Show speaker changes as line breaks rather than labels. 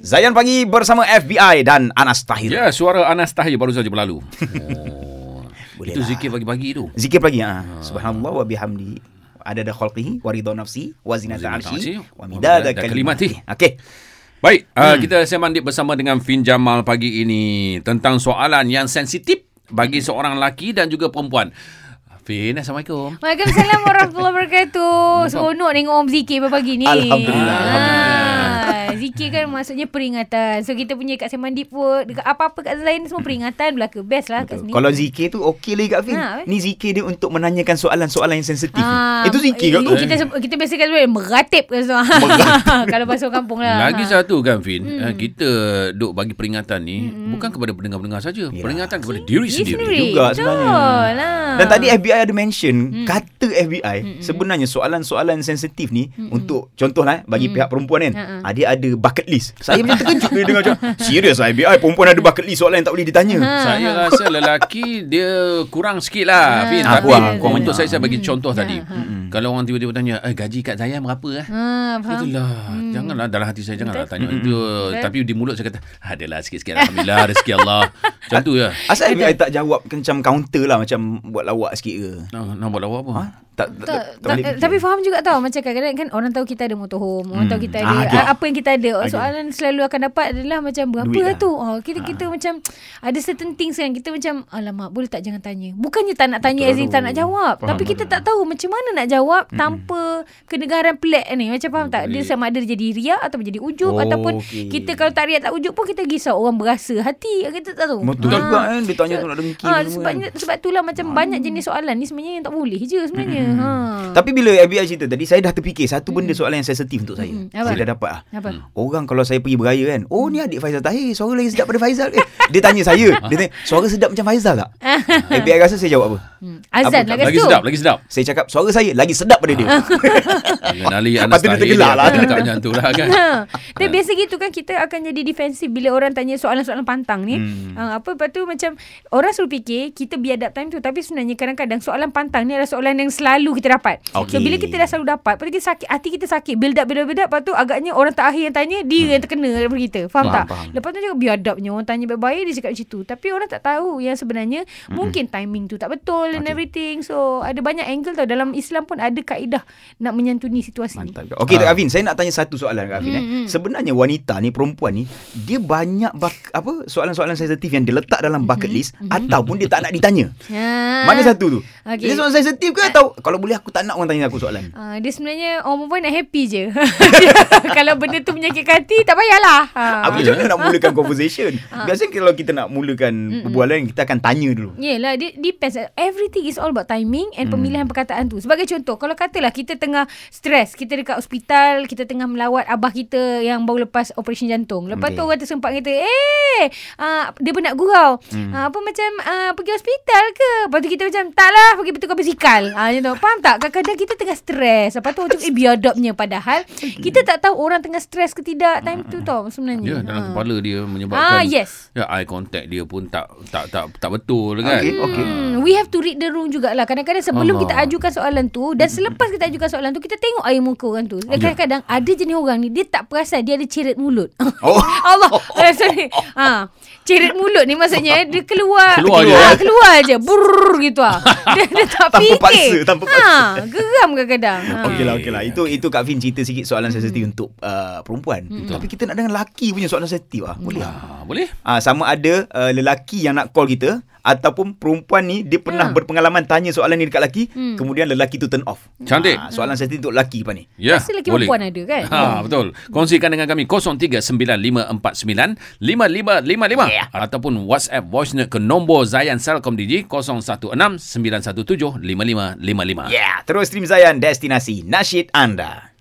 Zayan Pagi bersama FBI dan Anas Tahir.
Ya, suara Anas Tahir baru saja berlalu. Oh.
Boleh
itu
lah.
zikir pagi-pagi tu.
Zikir pagi ah. Subhanallah wa bihamdi adada khalqihi wa ridha nafsi wa zinata
Wa zinata
arsyi
arsyi,
wa midada
wa midada
kalimati.
kalimati.
Okey.
Baik, hmm. uh, kita sembang deep bersama dengan Fin Jamal pagi ini tentang soalan yang sensitif bagi seorang lelaki dan juga perempuan. Fin, Assalamualaikum.
Waalaikumsalam warahmatullahi wabarakatuh. Seronok tengok orang berzikir pagi ni.
Alhamdulillah,
Ah, zikir kan maksudnya peringatan. So kita punya kat Semandip pun dekat apa-apa kat lain semua peringatan belaka. Best lah kat sini.
Kalau zikir tu okey lagi Kak Fin.
Ha, eh.
Ni zikir dia untuk menanyakan soalan-soalan yang sensitif.
Ah,
ni. Itu zikir kat tu.
eh, Kita se- kita biasa kan boleh meratip kat semua. Kalau bahasa orang kampung lah.
Lagi satu kan Fin, hmm. kita duk bagi peringatan ni hmm. bukan kepada pendengar-pendengar saja, peringatan kepada diri
Diri
sendiri.
sendiri.
juga
Betul
sebenarnya.
lah.
Dan tadi FBI ada mention
Hmm.
kata FBI sebenarnya soalan-soalan sensitif ni
Hmm,
untuk contohlah eh, bagi pihak perempuan kan.
Ha-ha.
Ah, Dia ada bucket list. Saya macam terkejut dia dengar macam serius lah, FBI perempuan ada bucket list soalan yang tak boleh ditanya.
Ha,
Saya rasa lelaki dia kurang sikit lah Hmm. Fin.
Ah, kurang,
Tapi kurang,
kurang
untuk
banyak.
saya, saya bagi contoh tadi. Kalau orang tiba-tiba tanya, eh, gaji kat Zayan berapa lah?
Ha, faham. Hmm.
Itulah. Hmm. Janganlah dalam hati saya janganlah tanya itu. Tapi di mulut saya kata, adalah sikit-sikit alhamdulillah rezeki Allah. Macam tu ya.
Asal FBI tak jawab macam counter lah macam buat lawak sikit ke.
Nak, nak buat lawak apa? kan?
Ha? Tak tak, tak, eh,
Tak,
tak boleh.
tak, tapi faham juga tau Macam kadang-kadang kan Orang tahu kita ada motorhome Orang
Hmm.
tahu kita
Ah,
ada
ada.
Apa yang kita ada
Ada.
Soalan selalu akan dapat Adalah macam Berapa
Duit
lah
lah.
tu oh, Kita kita macam Ada certain things kan Kita macam Alamak boleh tak jangan tanya Bukannya tak nak tanya As in tak nak jawab
Faham,
Tapi kita tak tahu Macam mana nak jawab Tanpa Kenegaran pelik ni Macam faham tak Dia
Boleh.
sama ada jadi riak Atau jadi ujub
Oh,
Ataupun
okey.
Kita kalau tak riak tak ujub pun Kita risau orang berasa hati Kita tak tahu
Betul
Ah.
juga kan dia tanya tu nak dengki.
Ah,
semua
sebab
kan. Hmm.
sebab itulah macam banyak jenis soalan ni sebenarnya yang tak boleh je sebenarnya. Ha.
Tapi bila FBI cerita tadi Saya dah terfikir Satu benda soalan yang sensitif untuk saya
Mm. Mm-mm. Apa? Ya.
Saya dah dapat lah
Apa?
Orang kalau saya pergi beraya kan Oh ni adik Faizal Tahir Suara lagi sedap pada Faizal eh, Dia tanya saya Dia tanya Suara sedap macam Faizal tak? FBI rasa saya jawab apa?
Hmm. Azan
Apa
lah kat
Lagi
situ.
sedap, lagi sedap.
Saya cakap suara saya lagi sedap pada dia
Mengenali
Lepas
Anas
tu dia
Tahir.
tergelak lah.
dia Cakap macam tu lah kan.
Ha. Tapi biasa gitu kan kita akan jadi defensif bila orang tanya soalan-soalan pantang ni. Hmm. Ha, apa lepas tu macam orang suruh fikir kita biadab time tu tapi sebenarnya kadang-kadang soalan pantang ni adalah soalan yang selalu kita dapat.
Okey.
So bila kita dah selalu dapat, lepas tu kita sakit hati kita sakit build up build up build up lepas tu agaknya orang terakhir yang tanya dia yang terkena daripada kita. Faham,
Hmm. Faham,
tak?
faham.
Lepas tu juga biadabnya orang tanya baik-baik dia cakap macam tu. Tapi orang tak tahu yang sebenarnya hmm. mungkin timing tu tak betul and
Okey.
everything. So ada banyak angle tau dalam Islam pun ada kaedah nak menyantuni situasi ni.
Mantap juga. Okey Kak Afin Saya nak tanya satu soalan Kak Afin eh.
Hmm,
Sebenarnya wanita ni Perempuan ni Dia banyak bak- apa Soalan-soalan sensitif Yang dia letak dalam bucket
Hmm,
list Ataupun dia tak nak ditanya
Ha.
Mana satu tu
Okey. Eh.
Dia soalan sensitif ke atau Kalau boleh aku tak nak orang tanya aku soalan
Uh, dia sebenarnya orang perempuan nak happy je. Kalau benda tu menyakitkan hati, tak payahlah. Ha.
Apa macam mana nak mulakan conversation
Ah.
Biasanya kalau kita nak mulakan
Hmm,
Perbualan kita akan tanya dulu
Yelah, dia depends. Everything is all about timing and
Hmm.
pemilihan perkataan tu. Sebagai contoh, kalau katalah kita tengah stres, kita dekat hospital, kita tengah melawat abah kita yang baru lepas operasi jantung. Lepas tu
Okey.
orang tersempat kata, eh, uh, dia pun nak gurau.
Hmm.
Uh, apa macam uh, pergi hospital ke? Lepas tu kita macam, taklah pergi bertukar basikal. Ah, macam tu. Faham tak? Kadang-kadang kita tengah stres. Lepas tu orang cakap, eh, biadabnya. Padahal kita tak tahu orang tengah stres ke tidak time tu tau sebenarnya.
Hmm. Ya, dalam
Ha.
kepala dia menyebabkan
Ah, yes.
ya, eye contact dia pun tak tak tak tak betul kan.
Okey, okey.
Hmm, we have to read the room jugalah. Kadang-kadang sebelum
Allah.
kita ajukan soalan tu dan selepas kita ajukan soalan tu kita tengok air muka orang tu.
Ya.
Dan kadang-kadang ada jenis orang ni dia tak perasan dia ada ceret mulut.
Oh.
Allah. Eh, sorry. Ha. Ceret mulut ni maksudnya dia keluar
Keluar je.
ha, keluar je. Brrr gitu ah. Dia, dia tak
Tanpa
fikir.
paksa, tanpa paksa.
Ha, geram kadang-kadang. Ha.
Okey lah, okey lah. Itu itu Kak Fin cerita sikit soalan sensitif
Hmm.
untuk uh, perempuan. Tapi kita nak dengar lelaki punya soalan sensitif ah. Boleh
Hmm.
ah.
Ah, boleh?
Ah sama ada uh, lelaki yang nak call kita ataupun perempuan ni dia pernah berpengalaman tanya soalan ni dekat lelaki, kemudian lelaki tu turn off.
Cantik.
Ah, soalan sensitif untuk lelaki apa ni?
Ya,
Mesti lelaki
boleh.
perempuan ada kan?
Ha, betul. Kongsikan dengan kami 0395495555
Yeah.
Ya.
yeah. ataupun WhatsApp voice note ke nombor Zayan Celcom DJ 0169175555. Ah.
Ya, Yeah, terus stream Zayan destinasi nasyid anda.